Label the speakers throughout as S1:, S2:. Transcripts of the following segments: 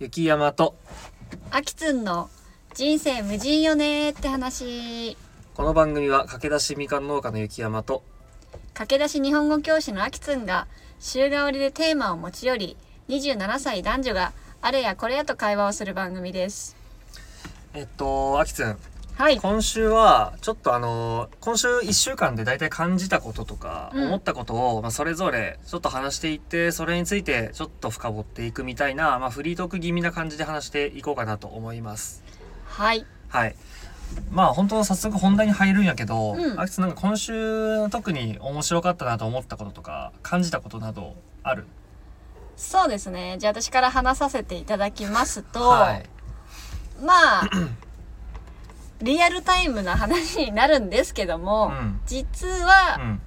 S1: 雪山と
S2: あきつんの人生無人よねーって話
S1: この番組は駆け出しみかん農家の雪山と
S2: 駆け出し日本語教師のあきつんが週替わりでテーマを持ち寄り27歳男女があれやこれやと会話をする番組です
S1: えっとあきつん
S2: はい
S1: 今週はちょっとあの今週1週間で大体感じたこととか
S2: うん
S1: 思ったことを、まあ、それぞれちょっと話していってそれについてちょっと深掘っていくみたいな、まあ、フリートーク気味な感じで話していこうかなと思います。
S2: はい
S1: はいまあ本当早速本題に入るんやけど、
S2: うん
S1: あきつんなんか今週特に面白かったなと思ったこととか感じたことなどある
S2: そうですねじゃあ私から話させていただきますと、
S1: はい、
S2: まあ リアルタイムな話になるんですけども、
S1: うん
S2: 実
S1: う
S2: は
S1: ん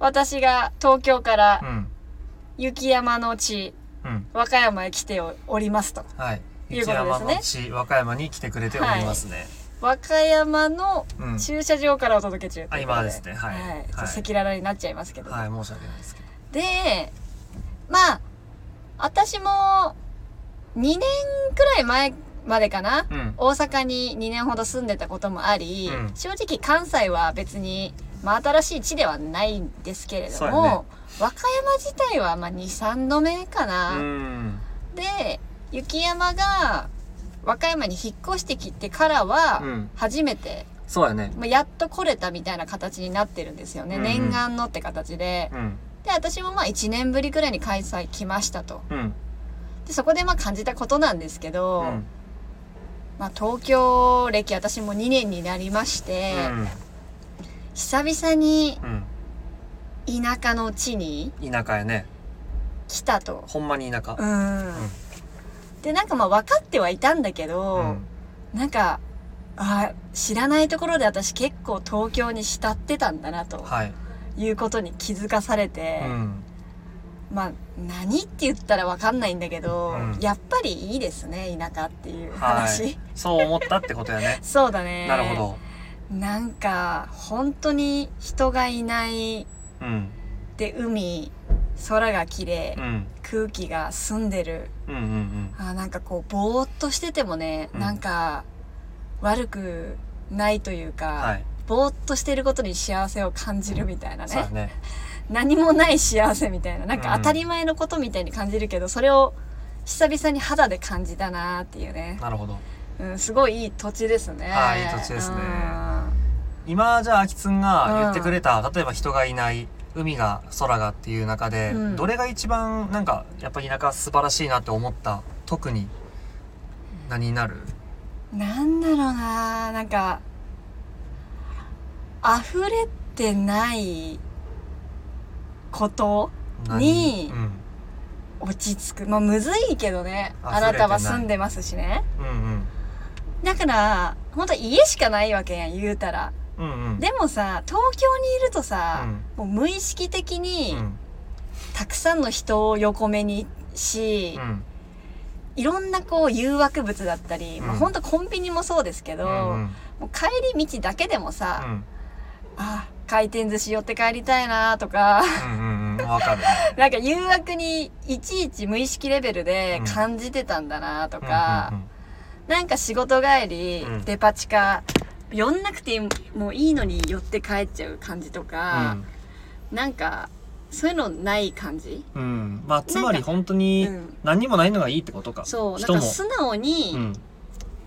S2: 私が東京か
S1: う
S2: ら
S1: ん
S2: 雪山の地
S1: うん
S2: 和歌山へ来ておりますと
S1: はい。
S2: いう
S1: 雪
S2: ことで
S1: 山
S2: すね
S1: の地、和歌山に来てくれておりますね。
S2: 和歌山の
S1: うん。
S2: 駐車場からお届け中というこ
S1: あ
S2: と
S1: 今ですねはい
S2: はい
S1: はい
S2: 赤裸々になっちゃいますけど、
S1: はい、申し訳ないですけど。
S2: でまあ私も2年くらい前までかな、
S1: うん。
S2: 大阪に2年ほど住んでたこともあり、
S1: うん
S2: 正直関西は別に、まあ、新しい地ではないんですけれど
S1: そうや
S2: も、
S1: ね
S2: 和歌山自体はまあ23度目かな、
S1: うん。
S2: で雪山が和歌山に引っ越してきてからは
S1: うん
S2: 初めて、
S1: そうやね。
S2: まあ、やっと来れたみたいな形になってるんですよね、
S1: うんうん
S2: 念願のって形で
S1: うん。
S2: で私もまあ1年ぶりくらいに開催来ましたと
S1: うん。
S2: でそこでまあ感じたことなんですけ
S1: う
S2: ど、
S1: ん。
S2: まあ、東京歴私も2年になりまして、久々に
S1: うん。
S2: 田舎の地に
S1: うん。田舎やね。
S2: 来たと。
S1: ほんまに田舎
S2: う。ん、でなんかまあ分かってはいたんだけ
S1: う
S2: ど、
S1: ん。
S2: なんか、あ知らないところで私結構東京に慕ってたんだなと
S1: はい。
S2: いうことに気づかされて
S1: う、ん。
S2: まあ、何って言ったらわかんないんだけど、
S1: うん
S2: やっぱりいいですね、田舎っていう話。。
S1: はそう思ったってことや ね
S2: そうだね。
S1: なるほ
S2: ど。なんか、本当に人がいない、
S1: ど。うん。
S2: で、海、空が綺麗
S1: う、ん。
S2: 空気が澄んでる。
S1: うん。うん。
S2: あなんかこう、ぼーっとしててもね、
S1: うん
S2: なんか、悪くないというか、
S1: うん。はい。
S2: ぼーっとしてることに幸せを感じるみたいな
S1: そうや
S2: ね
S1: ね。
S2: 何もない幸せみたいななんか
S1: うん
S2: 当たり前のことみたいに感じるけど、それを久々に肌で感じたなーっていうね、
S1: なるほど。
S2: うん、すごいいい土地ですね
S1: はいいい土地ですね今、じゃあ、あきつんが言ってくれた、例えば人がいない、海が、空がっていう中で
S2: う、ん
S1: どれが一番、なんか、やっぱ田舎素晴らしいなって思った、特に、何になる
S2: うんなんだろうなーなんか溢れてないこと
S1: 何
S2: に
S1: うん
S2: 落ち着くまあむずいけどねあ
S1: 溢れ
S2: な
S1: てない
S2: たは住んでますしね
S1: うん
S2: だから本当家しかないわけやん言うたら
S1: うんうんうん
S2: でもさ東京にいるとさ、もう無意識的
S1: う
S2: に
S1: ん
S2: たくさんの人を横目にし、
S1: うん
S2: いろんなこう誘惑物だったり、
S1: うん
S2: まあ、ほんとコンビニもそうですけど、
S1: うんうん
S2: もう帰り道だけでも
S1: う
S2: さ、
S1: ん
S2: あ回転寿司寄って帰りたいなとか
S1: うんうんわかるね
S2: なんか誘惑にいちいち無意識レベルで
S1: うん
S2: 感じてたんだなと
S1: うん
S2: か、なんか仕事帰り、
S1: うん
S2: デパ地下寄んなくてもいいのに寄って帰っちゃう感じとか、なんかそういうのない感じ、
S1: うんうんうんまあつまり本当に
S2: うん
S1: 何にもないのがいいってことか
S2: そうなん
S1: 人
S2: か
S1: も
S2: 素直
S1: う
S2: に
S1: ん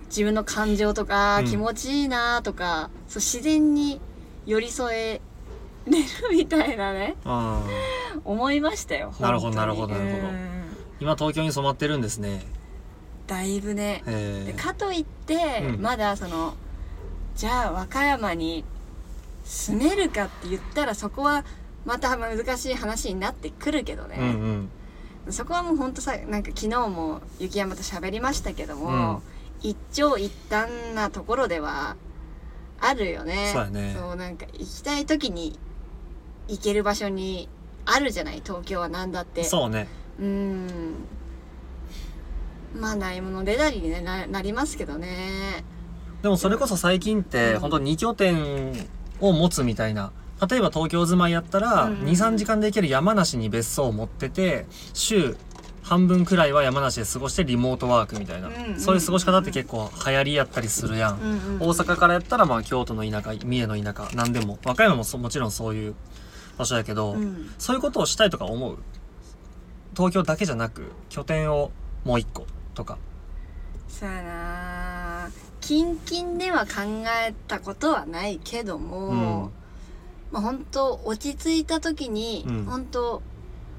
S2: 自分の感情とか、
S1: うん
S2: 気持ちいいなとかそう自然に寄り添えれるみたいなね
S1: うん
S2: 思いましたよ
S1: なるほど
S2: 本当に
S1: なるほどなるほど
S2: うん
S1: 今東京に染まってるんですね
S2: だいぶねで
S1: え
S2: かといって、
S1: うん
S2: まだそのじゃあ和歌山に住めるかって言ったらそこはまた難しい話になってくるけどね、
S1: うんうん
S2: そこはもうほんとさなんか昨日も雪山と喋りましたけども、
S1: うん
S2: 一長一短なところではあるよね
S1: そうやね
S2: そうなんか行きたい時に行ける場所にあるじゃない東京は何だって
S1: そうね
S2: ううんまあないものでだりにねななりますけどね
S1: でもそれこそ最近って
S2: うん
S1: 本当二拠点を持つみたいな例えば東京住まいやったら
S2: うん
S1: 23時間で行ける山梨に別荘を持ってて週半分くらいは山梨で過ごしてリモートワークみたいな、
S2: うんうん
S1: そういう過ごし方って結構流行りやったりするやん、
S2: うんうん
S1: 大阪からやったらまあ京都の田舎三重の田舎何でも和歌山もそもちろんそういう場所やけど、
S2: うん
S1: そういうことをしたいとか思う東京だけじゃなく拠点をもう一個とか
S2: そうやな近々では考えたことはないけども、
S1: うん
S2: まあ本当落ち着いた時に、
S1: うん
S2: 本当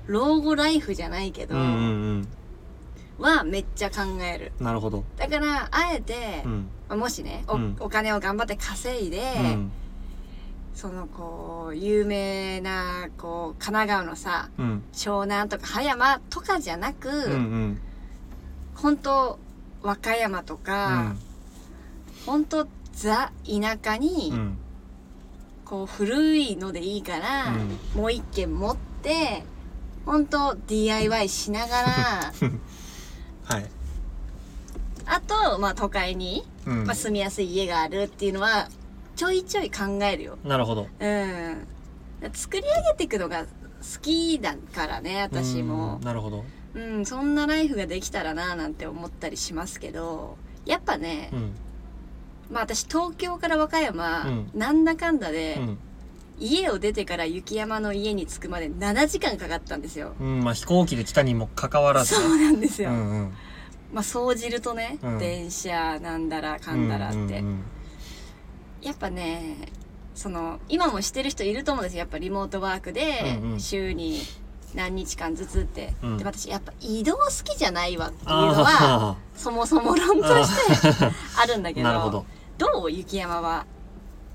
S2: 老後ライフじゃないけど、
S1: うんうん
S2: はめっちゃ考える
S1: うんなるほど
S2: だからあえて、
S1: うん
S2: まあもしねお,、
S1: うん
S2: お金を頑張って稼いで、
S1: うん
S2: そのこう有名なこう神奈川のさ
S1: うん
S2: 湘南とか葉山とかじゃなく、
S1: うんうん
S2: 本当和歌山とか、本当ザ田舎に、
S1: うんうん
S2: こう古いのでいいから、もう一軒持って本当 DIY しな がら
S1: はい
S2: あと、まあ、都会に、
S1: うん
S2: まあ、住みやすい家があるっていうのはちょいちょい考えるよ。
S1: なるほど
S2: うん、作り上げていくのが好きだからね私も
S1: うん、なるほど
S2: うんそんなライフができたらななんて思ったりしますけどやっぱね
S1: う、ん
S2: まあ、私東京から和歌山、
S1: うん
S2: なんだかんだで、
S1: うん
S2: 家を出てから雪山の家に着くまで7時間かかったんですよ。
S1: うんまあ飛行機で来たにもかかわらず
S2: そうなんです
S1: う
S2: よ、
S1: んうん
S2: まあ総じるとね、
S1: うん
S2: 電車なんだらかんだらって、
S1: うんうんうん
S2: やっぱねその今もしてる人いると思うんですよやっぱリモートワークで
S1: うんうん
S2: 週に何日間ずつって、
S1: うん
S2: で私やっぱ移動好きじゃないわっていうのは
S1: あ
S2: そもそも論としてあるんだけ
S1: あ
S2: ど
S1: なるほど
S2: どう雪山は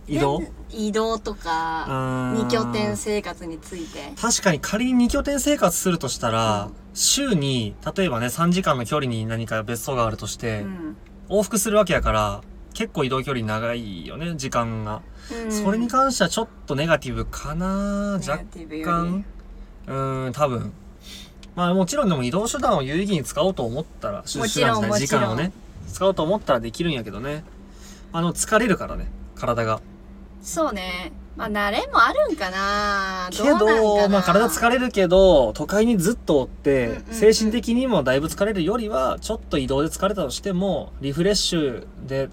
S1: 移動
S2: で移動とか
S1: 二
S2: 二拠点生活について
S1: 確かに仮に二拠点生活するとしたら、
S2: うん
S1: 週に、例えばね、3時間の距離に何か別荘があるとして、
S2: うん
S1: 往復するわけやから、結構移動距離長いよね、時間が。
S2: うん
S1: それに関してはちょっとネガティブかな
S2: ネガ
S1: 若
S2: ティブより
S1: 干。うーん、多分。まあもちろんでも移動手段を有意義に使おうと思ったら、手
S2: もち
S1: 手
S2: ろん
S1: 段じゃない
S2: も
S1: 時
S2: ちろん
S1: 間をね、使おうと思ったらできるんやけどね。あの、疲れるからね、体が。
S2: そうねまあ慣れもあるんかな
S1: け
S2: どうなんかな
S1: ど、まあ体疲れるけど、都会にずっとおっ
S2: うん
S1: て
S2: うん、うん
S1: 精神的にもだいぶ疲れるよりは、ちょっと移動で疲れたとしても、リフレッシュで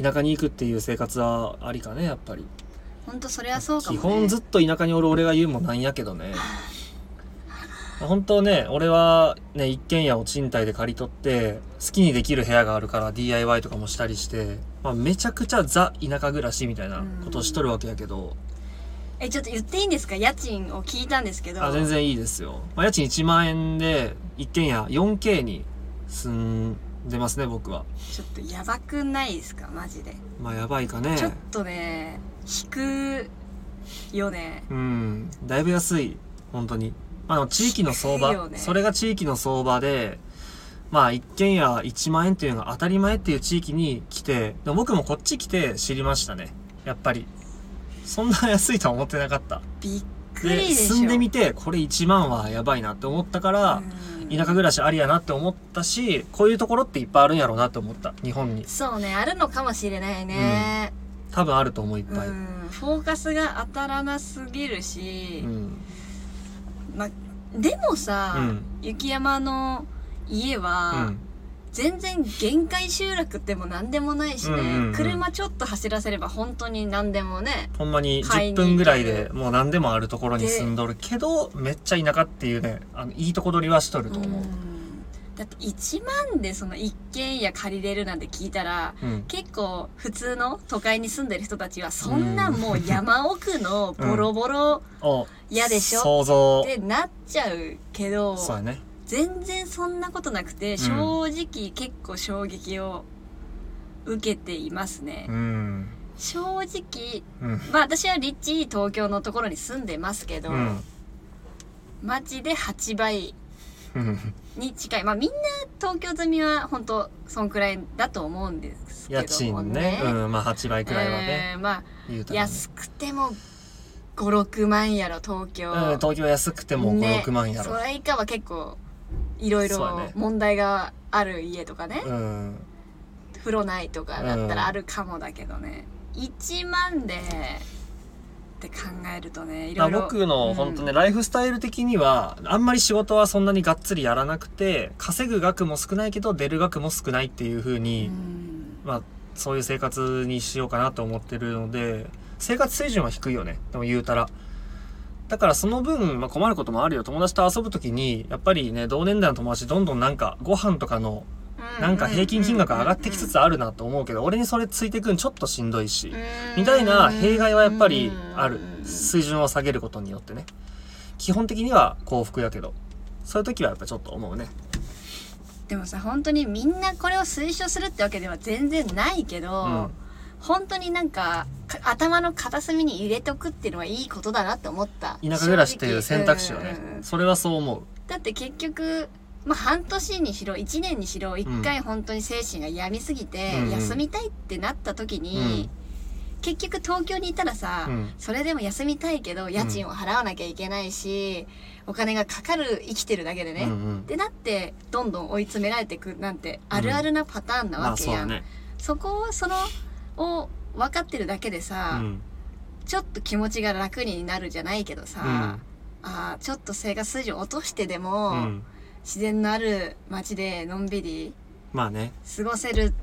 S1: 田舎に行くっていう生活はありかね、やっぱり。
S2: ほんとそれはそうかも、
S1: 基
S2: ね、
S1: 本ずっと田舎におる俺が言うもなんやけどね。本当ね、俺はね、一軒家を賃貸で借り取って、好きにできる部屋があるから DIY とかもしたりして、まあめちゃくちゃザ田舎暮らしみたいなことをしとるわけやけど、
S2: えちょっと言っていいんですか家賃を聞いたんですけど
S1: あ全然いいですよ、まあ、家賃1万円で一軒家 4K に住んでますね僕は
S2: ちょっとやばくないですかマジで、
S1: まあやばいかね
S2: ちょっとね引くよね
S1: うんだいぶ安い本当にあの地域の相
S2: 低いよ
S1: 場、
S2: ね
S1: それが地域の相場でまあ一軒家1万円っていうのが当たり前っていう地域に来てでも僕もこっち来て知りましたねやっぱりそんな安いとは思ってなかった
S2: びっく
S1: で
S2: りでしょ
S1: 住んでみてこれ1万はやばいなって思ったから、
S2: うん
S1: 田舎暮らしありやなって思ったしこういうところっていっぱいあるんやろうなって思った日本に
S2: そうねあるのかもしれないね、
S1: 多分あると思ういっ
S2: うん
S1: ぱい、うん
S2: フォーカスが当たらなすぎるし、まあでもさ、
S1: うん
S2: 雪山の家
S1: う
S2: は、
S1: ん
S2: 全然限界集落でも何でもないしね、
S1: うんうんうん
S2: 車ちょっと走らせれば本当に何でもね
S1: ほんまに
S2: 買い
S1: 10
S2: に行ける
S1: 分ぐらいでもう何でもあるところに住んどるけどめっちゃ田舎っていうねあのいいとこ取りはしとると思う、
S2: だって1万でその一軒家借りれるなんて聞いたら
S1: うん
S2: 結構普通の都会に住んでる人たちはそんなもう山奥のボロボロ
S1: お
S2: 嫌でしょ
S1: 想像
S2: ってなっちゃうけど
S1: そうやね
S2: 全然そんなことなくて正直結構衝撃を受けていますね
S1: うん
S2: 正直
S1: うん
S2: まあ私は立地いい東京のところに住んでますけど
S1: うん
S2: マジで8倍
S1: うん
S2: に近いまあみんな東京済みは本当そんくらいだと思うんですけど
S1: 家
S2: も
S1: 賃ねうんまあ8倍くらいはね、
S2: えーま
S1: 言うた
S2: あ
S1: らね、
S2: 安くても56万やろ東京、
S1: うん、東京安くても
S2: ね
S1: 56万やろ、
S2: それ以下は結構いろい
S1: そうや
S2: ろ
S1: ね
S2: 問題がある家とかね
S1: うん
S2: 風呂ないとかだったらあるかもだけどね、1万でって考えるとねい
S1: ま
S2: ろ
S1: あ、
S2: いろ
S1: 僕の本当ね、ライフスタイル的には、あんまり仕事はそんなにがっつりやらなくて、稼ぐ額も少ないけど、出る額も少ないっていう風
S2: うん
S1: に、
S2: うん
S1: まあ、そういう生活にしようかなと思ってるので、生活水準は低いよね。でも言うたら。だからその分、まあ、困ることもあるよ。友達と遊ぶときに、やっぱりね、同年代の友達どんどんなんか、ご飯とかの、なんか平均金額上がってきつつあるなと思うけど、俺にそれついてくんちょっとしんどいし。みたいな弊害はやっぱりある
S2: うん
S1: 水準を下げることによってね基本的には幸福やけどそういう時はやっぱちょっと思うね
S2: でもさ本当にみんなこれを推奨するってわけでは全然ないけど、
S1: うん
S2: 本当になんかか頭の片隅に入れとくっていうのはいいことだなって思った
S1: 田舎暮らしっていう選択肢を
S2: 正
S1: ね
S2: 直うんうんうん
S1: それはそう思
S2: だって結局まあ半年にしろ1年にしろ1回本当に精神が病みすぎて
S1: うんうん
S2: 休みたいってなった時に、結局東京にいたらさ、
S1: うん
S2: それでも休みたいけど家賃を払わなきゃいけないし、お金がかかる生きてるだけで
S1: う、
S2: ね、
S1: うんうん
S2: でだってどんどん追い詰められてくなんてあるあるなパターンな
S1: ま
S2: わ
S1: あ
S2: け
S1: そう
S2: や
S1: だ
S2: ん、
S1: ね
S2: そこをそのを分かってるだけで
S1: う
S2: さ、
S1: ん
S2: ちょっと気持ちが楽になるじゃないけどさ、
S1: うん
S2: あーちょっと生活水準落としてで
S1: う
S2: も、
S1: ん
S2: 自然のある街でのんびり
S1: まあね
S2: 過ごせる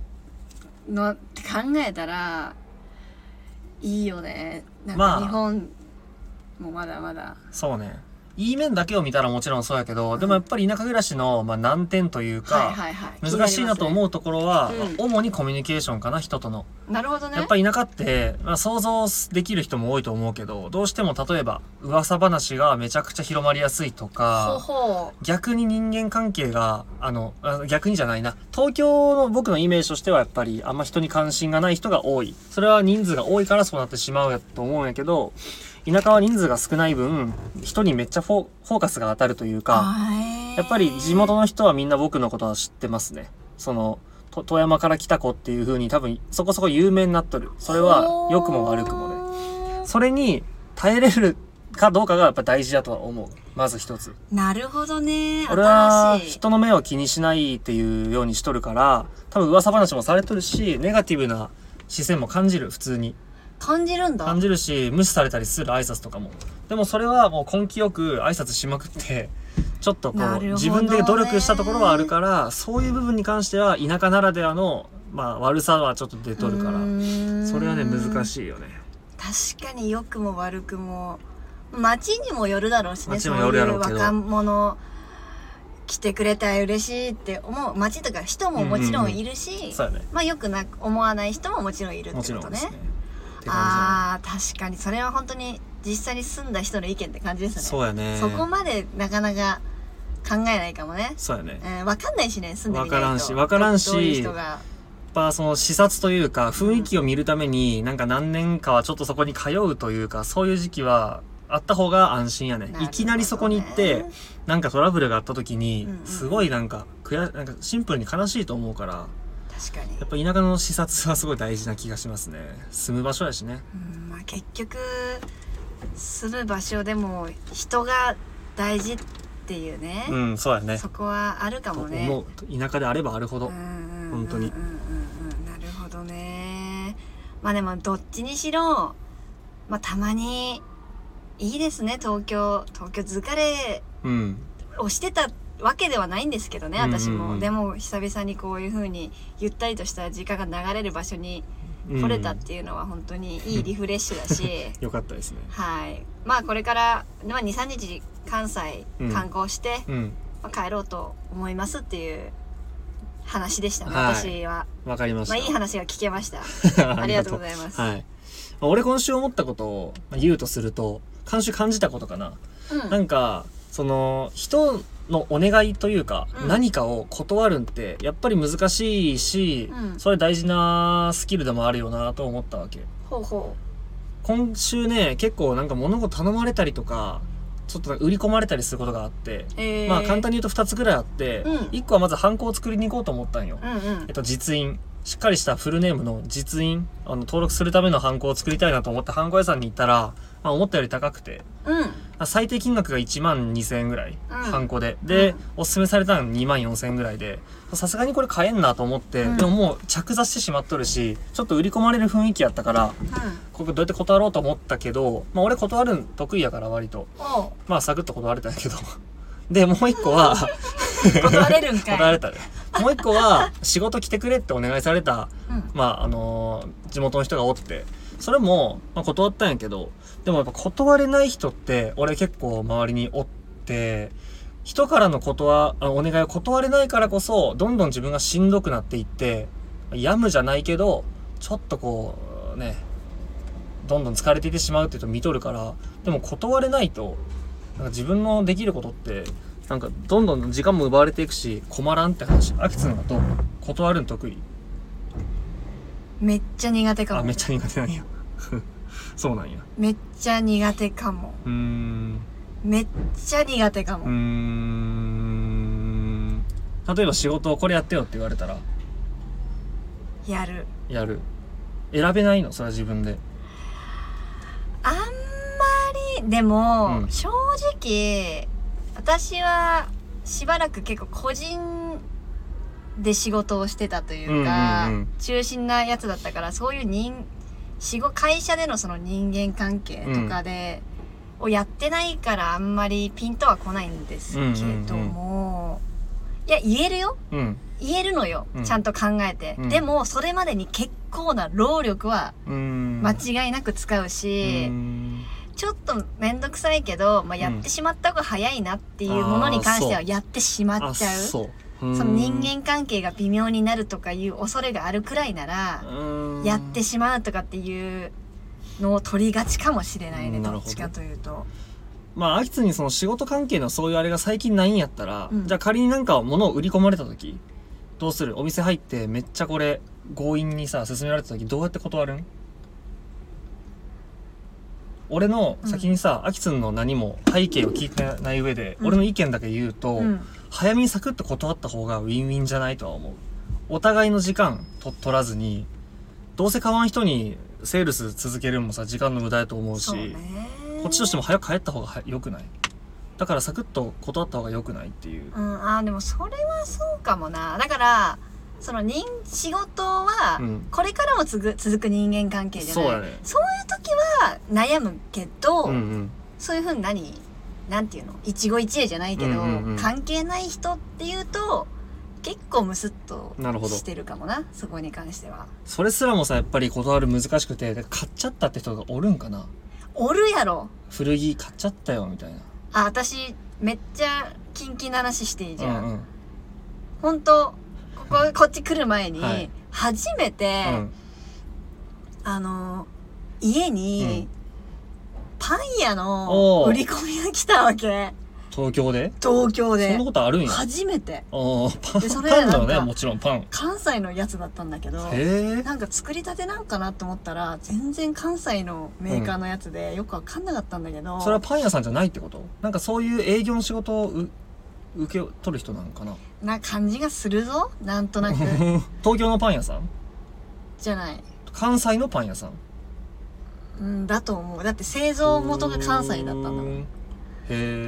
S2: のって考えたらいいよねなん
S1: まあ
S2: か日本もまだまだ、
S1: そうねいい面だけを見たらもちろんそうやけどでもやっぱり田舎暮らしのまあ難点という
S2: はい
S1: か
S2: はいはい
S1: 難しいなと思うところは
S2: 気になりますね
S1: まあ主にコミュニケーションかな人との
S2: うなるほどね
S1: やっぱり田舎って、まあ、想像できる人も多いと思うけど、どうしても例えば噂話がめちゃくちゃ広まりやすいと
S2: ほう
S1: か、
S2: ほ
S1: 逆に人間関係が、あの、あ逆にじゃないな。東京の僕のイメージとしてはやっぱりあんま人に関心がない人が多い。それは人数が多いからそうなってしまうやと思うんやけど、田舎は人数が少ない分、人にめっちゃフォフォーカスが当たるという
S2: う
S1: か、
S2: あー
S1: やっぱり地元の人はみんな僕のことは知ってますね。その、と富山から来た子っていう風に多分そこそこ有名になっとる。それは良くも悪くもね。
S2: ね
S1: それに耐えれるかどうかがやっぱ大事だとは思う。まず一つ。
S2: なるほどね
S1: 俺は
S2: 新しい
S1: 人の目を気にしないっていうようにしとるから、多分噂話もされとるし、ネガティブな視線も感じる、普通に。
S2: 感じるんだ
S1: 感じるし、無視されたりする挨拶とかも。でもそれはもう根気よく挨拶しまくって、ちょっとこ
S2: な
S1: う、
S2: るほどね
S1: 自分で努力したところはあるから、そういう部分に関しては田舎ならではの、まあ悪さはちょっと出とるから、それはね、難
S2: い
S1: しいよね。
S2: 確かに良くも悪くも街にもよるだろうしね
S1: 街
S2: そ
S1: に
S2: う
S1: もよる
S2: い
S1: やろ
S2: う
S1: うけど
S2: 若者来てくれたら嬉しいって思う街とか人ももちろんいるし、
S1: そうやね。
S2: まあよくなく思わない人ももちろんいるって
S1: も
S2: こ
S1: ちろ
S2: と
S1: んで
S2: ね
S1: すね。って感
S2: ああー確かにそれは本当に実際に住んだ人の意見って感じで
S1: じだね。
S2: す
S1: そ
S2: ね
S1: うやね。
S2: そこまでなかなか考えないかもね、
S1: そうやね。
S2: えー、分かんないしね住んでみないと
S1: わからんしわからんし
S2: どういう人が
S1: やっぱその視察というか雰囲気を見るためになんか何年かはちょっとそこに通うというかそういう時期はあった方が安心やね
S2: るほどね
S1: いきなりそこに行ってなんかトラブルがあった時に
S2: うんうん
S1: すごいなんか悔やなんかシンプルに悲しいと思うから
S2: 確かに
S1: やっぱ田舎の視察はすごい大事な気がしますね住む場所やしね
S2: うんまあ、結局住む場所でも人が大事っていうね、
S1: うんそうやね
S2: そこはあるか
S1: と
S2: もね。
S1: 思う田舎であればあるほど
S2: うんうんうん
S1: 本当に
S2: うんうんうんなるほどね。まあでもどっちにしろ、まあ、たまにいいですね東京東京疲れ
S1: うん
S2: をしてたわけではないんですけどね私も、
S1: うんうんうん
S2: でも久々にこういう風にゆったりとした時間が流れる場所に
S1: うん
S2: 来れたっていうのは本当にいいリフレッシュだし。
S1: よかったですね
S2: はい。まあこれから、まあ、23日関西
S1: うん
S2: 観光して、
S1: うん
S2: まあ帰ろうと思いますっていう話でしたね、
S1: はい
S2: 私は。
S1: わかりました
S2: まあいい話が聞けま した。ありがとうございます。
S1: はい。まあ俺今週思ったことをまあ言うとすると、今週感じたことかな。
S2: うん
S1: なんか、その、人のお願いというか、
S2: うん
S1: 何かを断るんって、やっぱり難しいし、
S2: うん
S1: それ大事なスキルでもあるよなと思ったわけ。
S2: ほうほ
S1: 今週ね、結構なんか物事頼まれたりとか、ちょっと売り込まれたりすることがあって、
S2: う。えー、
S1: まあ簡単に言うと2つぐらいあって、
S2: うん
S1: 1個はまずハンコを作りに行こうと思ったんよ。
S2: うんうん
S1: えっ。と、実印。しっかりしたフルネームの実印。あの、登録するためのハンコを作りたいなと思って、ハンコ屋さんに行ったら、まあ、思ったより高くて、
S2: うん
S1: あ最低金額が1万2000円ぐらい、
S2: うん
S1: ハンコで。で、
S2: うん
S1: おすすめされたの2万4000円ぐらいで、さすがにこれ買えんなと思って、
S3: うん
S1: でももう着座してしまっとるし、ちょっと売り込まれる雰囲気やったから、これどうやって断ろうと思ったけど、まあ俺断るん得意やから割と。
S2: おう
S1: まあサクッと断れたんやけど。で、もう一個 は、
S2: 断れるんか
S1: 断
S2: い
S1: られたねもう一個は仕事来てくれってお願いされた、
S2: うん
S1: まああのー地元の人がおってそれも、まあ、断ったんやけどでもやっぱ断れない人って俺結構周りにおって人からの断あお願いを断れないからこそどんどん自分がしんどくなっていってやむじゃないけどちょっとこうねどんどん疲れていってしまうっていうと見とるからでも断れないとなんか自分のできることってなんかどんどん時間も奪われていくし困らんって話アキツンがどう断るの得意
S2: めっちゃ苦手か
S1: あ
S2: も
S1: めっちゃ苦手なんや そうなんや
S2: めっちゃ苦手かも
S1: うーん
S2: めっちゃ苦手か
S1: うー
S2: も
S1: ん例えば仕事をこれやってよって言われたら
S2: やる
S1: やる選べないのそれは自分で
S2: あんまりでも、
S1: うん
S2: 正直私はしばらく結構個人で仕事をしてたというか、
S1: うんうんうん
S2: 中心なやつだったからそういう人仕事会社でのその人間関係とかで、をやってないからあんまりピンとは来ないんですけども、いや言えるよ
S1: うん
S2: 言えるのよ、
S1: うん
S2: ちゃんと考えて、
S1: うん
S2: でもそれまでに結構な労力は
S1: うーん
S2: 間違いなく使う
S1: う
S2: し、
S1: ーん
S2: ちょっと面倒くさいけど、まあ、やってしまった方が早いなっていうものに関しては
S1: うん
S2: やってしま
S1: あ
S2: っちゃう。
S1: そううーん
S2: その人間関係が微妙になるとかいう恐れがあるくらいなら、
S1: うーん
S2: やってしまうとかっていうのを取りがちかもしれないね、
S1: うんなる
S2: ど
S1: ほ
S2: っ
S1: ど
S2: ちかというと。
S1: まあ、アキツにその仕事関係のそういうあれが最近ないんやったら、
S2: うん
S1: じゃあ仮になんか物を売り込まれた時、どうするお店入ってめっちゃこれ強引にさ、勧められた時どうやって断るん俺の先にさ、アキツンの何も背景を聞いてない上で、
S2: うん
S1: 俺の意見だけ言うと、
S2: うん。
S1: 早めにサクッと断った方がウィンウィンじゃないとは思う。お互いの時間と取らずに、どうせ買わん人にセールス続けるんもさ、時間の無駄やと思うし、
S2: そうね。
S1: こっちとして
S2: も。
S1: も早く帰った方がは良くないだからサクッと断った方が良くないっていう
S2: うん、あーでもそれはそうかもな。だから、その人、仕事は
S1: うん、
S2: これからもつぐ続く人間関係じゃない。
S1: そうだね
S2: そういう時は悩むけど、
S1: うんうん
S2: そういうふうに何なんていうの一期一会じゃないけど、
S1: うんうんうん
S2: 関係ない人っていうと結構ムスッと
S1: なるほど
S2: してるかもなそこに関しては
S1: それすらもさやっぱり断る難しくてで買っちゃったって人がおるんかな
S2: おるやろ
S1: 古着買っちゃったよみたいな
S2: あ私めっちゃキンキンな話していいじゃん、
S1: うんうん
S2: ほんとこここっち来る前に、
S1: はい
S2: 初めて、
S1: うん
S2: あの家に、パン屋
S1: お
S2: の
S1: ー
S2: 売り込みが来たわけ
S1: 東京で
S2: 東京
S1: そん
S2: で
S1: なことあるんや
S2: 初めて
S1: おーパン
S2: でそれ
S1: パンだよ
S2: なん
S1: ね
S2: か
S1: もちろんパン
S2: 関西のやつだったんだけど
S1: へえ
S2: なんか作りたてなんかなと思ったら全然関西のメーカーのやつでよくわかんなかったんだけど、
S1: それはパン屋さんじゃないってことなんかそういう営業の仕事をう受け取る人なのかな
S2: な感じがするぞなんとなく
S1: 東京のパン屋さん
S2: じゃない、
S1: 関西のパン屋さん
S2: うん、だと思うだって製造元が関西だったんだ
S1: う
S2: も
S1: んーへ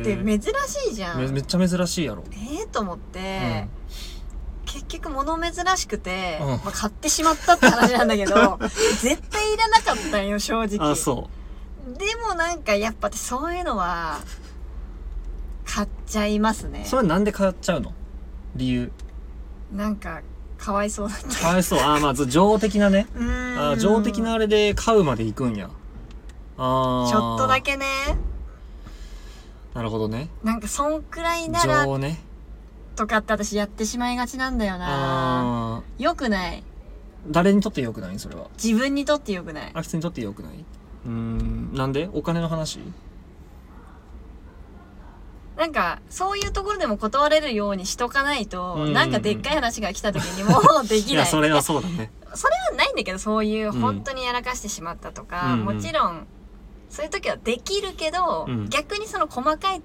S1: え
S2: で珍しいじゃ
S1: め
S2: ん
S1: めっちゃ珍しいやろ、
S2: ええと思って、
S1: うん
S2: 結局物珍しくて、
S1: うん
S2: まあ、買ってしまったって話なんだ けど絶対いらなかったんよ正直
S1: あそ
S2: でもなんかやっぱそういうのは買っちゃいますね
S1: うそれなんで買っちゃうの理由
S2: なんかかわいそうだった
S1: かわいそうあーまあず情的なね
S2: うーん
S1: あー情的なあれで買うまで行くんやああ
S2: ちょっとだけね
S1: なるほどね
S2: なんかそんくらいなら
S1: 情ね
S2: とかって私やってしまいがちなんだよな
S1: ああ
S2: よくない
S1: 誰にとって良くないそれは
S2: 自分にとってよくない
S1: あきつにとって良くないうーんなんでお金の話
S2: なんかそういうところでも断れるようにしとかないと、
S1: うん
S2: なんかでっかい話が来た時 にもうできない
S1: やそれはそうだね
S2: それはないんだけどそういう
S1: うん
S2: 本当にやらかしてしまったとか、
S1: うんうん
S2: もちろんそういう時はできるけど、
S1: うん
S2: 逆にその細かい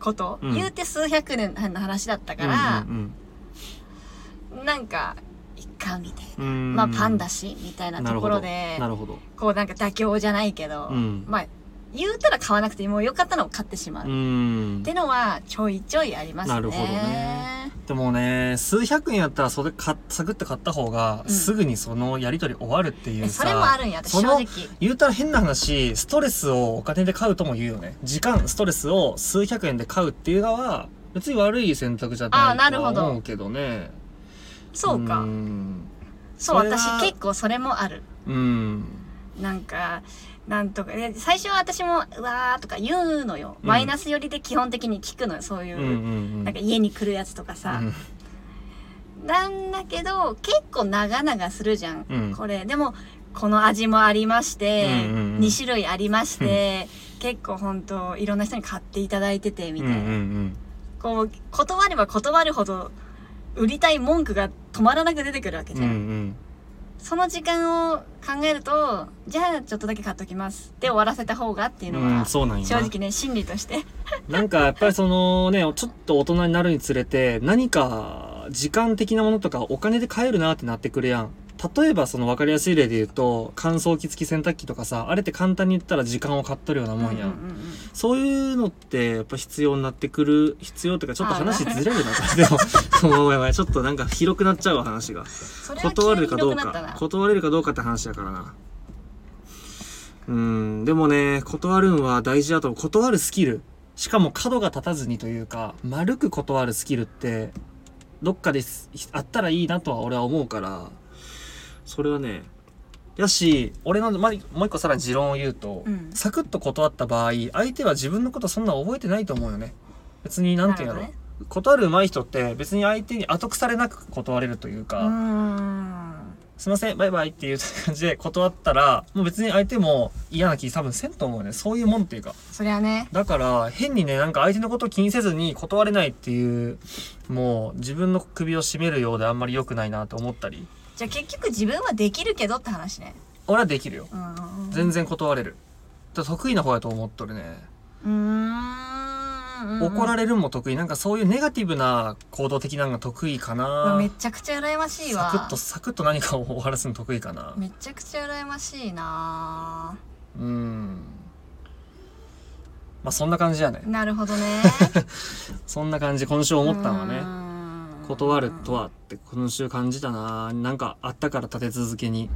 S2: こと、
S1: うん
S2: 言うて数百年の話だったから
S1: う、ん
S2: なんかいっかみたいな。
S1: うんうん
S2: まあパンだしみたいなところで
S1: なるほどなるほど
S2: こうなんか妥協じゃないけど、
S1: うん
S2: まあ言うたら買わなくてもよかったのを買ってしま
S1: う
S2: う、っ
S1: ん
S2: てのはちょいちょいありますね
S1: なるほどねでもね数百円やったらそれかサクッと買った方が、
S2: うん
S1: すぐにそのやり取り終わるってい
S2: え
S1: う
S2: そ
S1: さ
S2: れもあるんや私
S1: そ
S2: 正
S1: の
S2: 直
S1: 言うたら変な話ストレスをお金で買うとも言うよね時間ストレスを数百円で買うっていうのは別に悪い選択じゃ
S2: あ
S1: な
S2: ーない
S1: と
S2: る
S1: は
S2: ほど
S1: 思うけどね
S2: そうか
S1: ん
S2: そう
S1: それは
S2: 私結構それもある
S1: うん
S2: なんかなんとかで最初は私も「うわー」とか言うのよ、
S1: うん
S2: マイナス寄りで基本的に聞くのよそういう、
S1: うんうん
S2: なんか家に来るやつとかさ、なんだけど結構長々するじゃん、
S1: うん
S2: これでもこの味もありまして、
S1: うんうんうん
S2: 2種類ありまして、結構本当いろんな人に買っていただいててみ
S1: うん
S2: た
S1: う
S2: い
S1: んう
S2: な、
S1: ん
S2: こう断れば断るほど売りたい文句が止まらなく出てくるわけ
S1: う
S2: じ
S1: んう
S2: ゃん、
S1: ん
S2: その時間を考えるとじゃあちょっとだけ買っときますで終わらせた方がっていうの
S1: うん
S2: は
S1: そうなんよ
S2: 正
S1: な
S2: 直ね心理として
S1: なんかやっぱりそのねちょっと大人になるにつれて何か時間的なものとかお金で買えるなってなってくるやん例えばその分かりやすい例で言うと乾燥機付き洗濯機とかさあれって簡単に言ったら時間を買っとるようなもんやん、
S2: うんうんうん
S1: そういうのってやっぱ必要になってくる必要というかちょっと話ずれるなでも そうやばいちょっとなんか広くなっちゃうわ話が
S2: それは急
S1: 断れ
S2: に
S1: るかど
S2: 広
S1: う
S2: くなった
S1: か
S2: な
S1: 断れるかどうかって話だからなうんでもね断るんは大事だと思う断るスキルしかも角が立たずにというか丸く断るスキルってどっかですあったらいいなとは俺は思うからそれはねやし俺のまもう一個さらに持論を言うと、
S2: うん
S1: サクッと断った場合相手は自分のことそんな覚えてないと思うよね別になんていうんだろう、
S2: なる
S1: 断る上手い人って別に相手に後腐れなく断れるというか、
S2: ほどねうん
S1: すいません、バイバイっていう感じで断ったら、もう別に相手も嫌な気多分せんと思うね。そういうもんっていうか。
S2: そりゃね
S1: だから、変にね、なんか相手のことを気にせずに断れないっていう、もう自分の首を絞めるようであんまり良くないなと思ったり、
S2: じゃあ結局自分はできるけどって話ね
S1: 俺はできるよ。
S2: うん
S1: 全然断れる。だから得意な方やと思っとるね。
S2: うーん
S1: 怒ら
S2: れ
S1: れるんも得意。なんかそういうネガティブな行動的なのが得意かな。
S2: めちゃくちゃ羨ましい
S1: サ
S2: わ
S1: クッと、サクッと何かを終わらすの得意かな。
S2: めちゃくちゃ羨ましいな
S1: うん。まあそんな感じやね。
S2: なるほどね
S1: そんな感じ、今週 思ったのはね。
S2: ね
S1: 断るとはって今週感じたななんかあったから立て続けに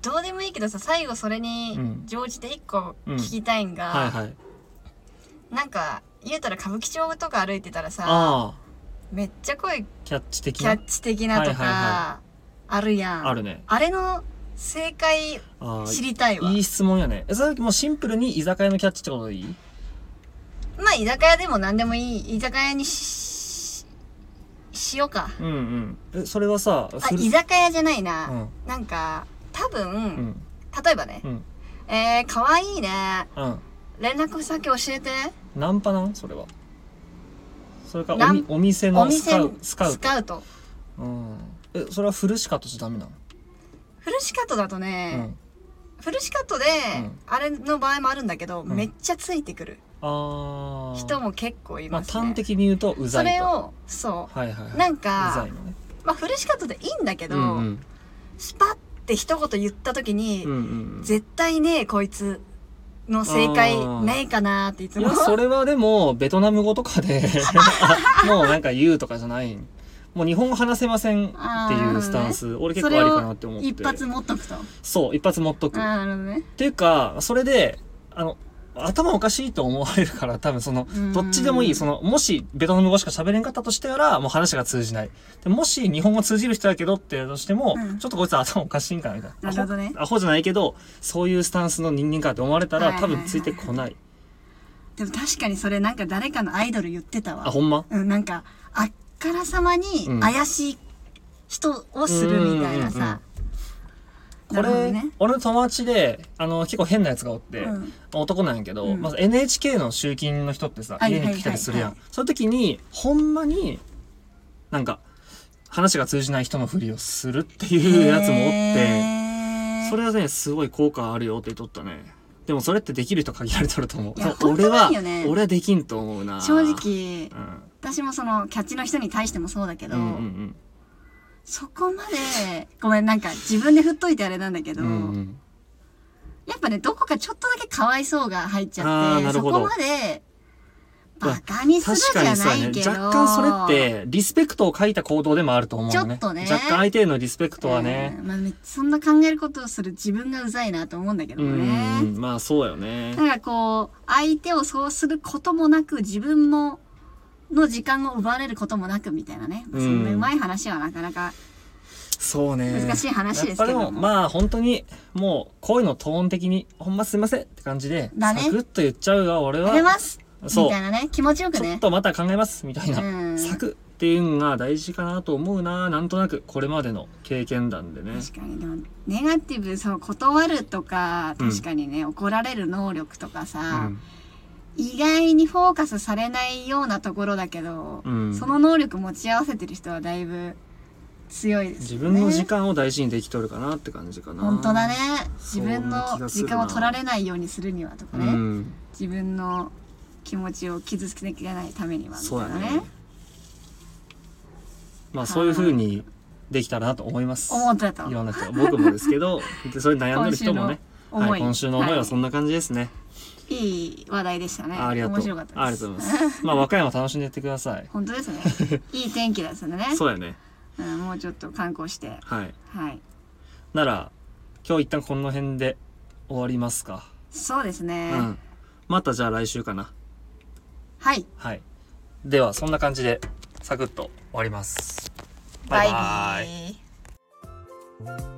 S2: どうでもいいけどさ最後それに
S1: うん
S2: 乗じて一個聞きたいんが、
S1: はいはい
S2: なんか言うたら歌舞伎町とか歩いてたらさ
S1: ああ
S2: めっちゃ声
S1: キャッチ的
S2: キ
S1: な
S2: ャッチ的なと
S1: はいはいは
S2: かあるやん、
S1: あるね
S2: あれの正解
S1: ああ
S2: 知りたいわ
S1: いい質問やねえそれもうシンプルに居酒屋のキャッチってことでいい
S2: まあ居酒屋でも何でもいい居酒屋にししようか
S1: うんうんえそれはさ
S2: あ
S1: する
S2: 居酒屋じゃないうな、
S1: ん
S2: なんか多分、
S1: うん
S2: 例えばね、
S1: うん
S2: えー、かわいいね
S1: うん
S2: 連絡先教えて
S1: ナンパなんそれはそれかお
S2: ナ
S1: み
S2: ン
S1: お店
S2: お
S1: のス
S2: 店
S1: カウスカウ
S2: ス
S1: ト
S2: カウト
S1: うんえそれはフルシカトじゃダメなの
S2: フルシカットだと
S1: う
S2: ね、
S1: ん
S2: フルシカットで、
S1: ん
S2: あれの場合もあるんだけど、
S1: ん
S2: めっちゃついてくる
S1: ああ
S2: 人も結構い
S1: まあ
S2: ますね、
S1: 端的に言うとうざ
S2: そ
S1: いと
S2: れをそ
S1: はいはいはいう
S2: なん
S1: うざ
S2: か
S1: いのね
S2: まあフルシカットでいいんだけど、
S1: うんうん
S2: スパッて一言言った時に、
S1: うんうん
S2: 絶対ねえこいつの正解ねえかなっていつ
S1: い
S2: も
S1: や、それはでも、ベトナム語とか で、あもうなんか言うとかじゃない。もう日本語話せませんっていうスタンス、俺結
S2: そ
S1: 構あ
S2: れ
S1: りかな
S2: を
S1: って思って。
S2: 一発持っとくとあ
S1: そう、一発持っと
S2: ー
S1: く。っ
S2: なるほどね
S1: ていうか、それで、あの、頭おかしいと思われるから、多分その
S2: う、ん
S1: どっちでもいい。その、もしベトナム語しか喋れんかったとしてたら、もう話が通じない。でもし日本語通じる人だけどってとしても、
S2: うん
S1: ちょっとこいつ頭おかしいんかな、みたいな。
S2: なるほどね
S1: アホアホじゃないけど、そういうスタンスの人間かって思われたら、
S2: はいはい
S1: 多
S2: はい
S1: 分ついてこない。
S2: でも確かにそれなんか誰かのアイドル言ってた
S1: あ、
S2: わ
S1: ほんま
S2: うんなんかあっからさまに
S1: うん
S2: 怪しい人をするみた
S1: うん
S2: いな
S1: うんうん
S2: さ、
S1: こ
S2: なるほ
S1: れ、
S2: どね
S1: 俺の友達で、あの、結構変なやつがおって、
S2: うん
S1: 男なんやけど、
S2: うん
S1: まず NHK の集金の人ってさ、
S2: はい
S1: 家に来たりするやん。
S2: はい
S1: その時に、ほんまに、なんか、話が通じない人のふりをするっていうやつもおって、
S2: へー
S1: それはね、すごい効果あるよって言っとったね。でもそれってできる人限られとると思う。
S2: いや
S1: そう俺は
S2: 本当ないよね、
S1: 俺はできんと思うな。
S2: 正。直
S1: うん。
S2: 私もそのキャッチの人に対してもそうだけど、
S1: うんうん
S2: そこまでごめんなんか自分で振っといてあれなんだけど、
S1: うん。うんうん
S2: やっぱね、どこかちょっとだけかわいそうが入っち
S1: あ
S2: ゃ
S1: ー
S2: っ
S1: なる
S2: て、そ
S1: ほど
S2: こまで、バカにする
S1: 確
S2: じ
S1: か
S2: ゃ
S1: にそう
S2: な
S1: や
S2: いけ
S1: ね。
S2: ど、
S1: 若干それって、リスペクトを書いた行動でもあると思うよね。
S2: ちょっとね
S1: 若干相手へのリスペクトはね。
S2: うんまあ、めそんな考えることをする自分がうざいなと思うんだけど
S1: うん、
S2: ね。
S1: まあそうよね
S2: だ。からこう、相手をそうすることもなく、自分も、の時間を奪われることもなくみたいなね。まあそんなうまい話はなかなか
S1: そうね。
S2: 難しい話
S1: や
S2: で
S1: っ
S2: す
S1: ぱで
S2: けども。
S1: も、まあ本当に、もう声のトーン的に、ほんますいませんって感じで、
S2: だね
S1: サクッと言っちゃうが、俺は
S2: あ、れます
S1: そう
S2: みたいなね。気持ちよく
S1: ちょっ
S2: ね。
S1: とまた考えますみたいな、
S2: うん
S1: サクッっていうのが大事かなと思うな、なんとなく、これまでの経験談でね。
S2: 確かに。でも、ネガティブ、そう、断るとか、
S1: うん
S2: 確かにね、怒られる能力とか
S1: う
S2: さ、
S1: ん。
S2: 意外にフォーカスされないようなところだけど、
S1: うん
S2: その能力持ち合わせてる人はだいぶ強いです
S1: 自
S2: よね。
S1: 分の時間を大事にできとるかなって感じかな。
S2: 本当だね。
S1: そ
S2: 自
S1: んな
S2: 分の
S1: 気がす
S2: 時
S1: るな
S2: 間を取られないようにするにはとか
S1: う
S2: ね。
S1: ん。
S2: 自分の気持ちを傷つけないためにはみ
S1: そう
S2: た
S1: や
S2: いなね
S1: ね。まあそういう風にできたらなと思います。
S2: 思ってた
S1: いろんな人、僕もですけど、でそれ悩んでる人もね。
S2: 思い、
S1: はい、今週の思いはそん
S2: な、
S1: な感じですね。
S2: い、いい話題でしたね
S1: あありがとう。
S2: 面白かったです
S1: ありがとうございます。まあ和歌山楽しんでやってください。
S2: 本当ですね いい天気ですね
S1: そうやね。
S2: うん、もうちょっと観光して
S1: はい。
S2: はい
S1: なら、今日一旦この辺で終わりますか。
S2: そうです
S1: う
S2: ね、
S1: ん。またじゃあ来週かな。
S2: はい
S1: はい。では、そんな感じで、サクッと終わります。
S2: バイビー
S1: バイバイ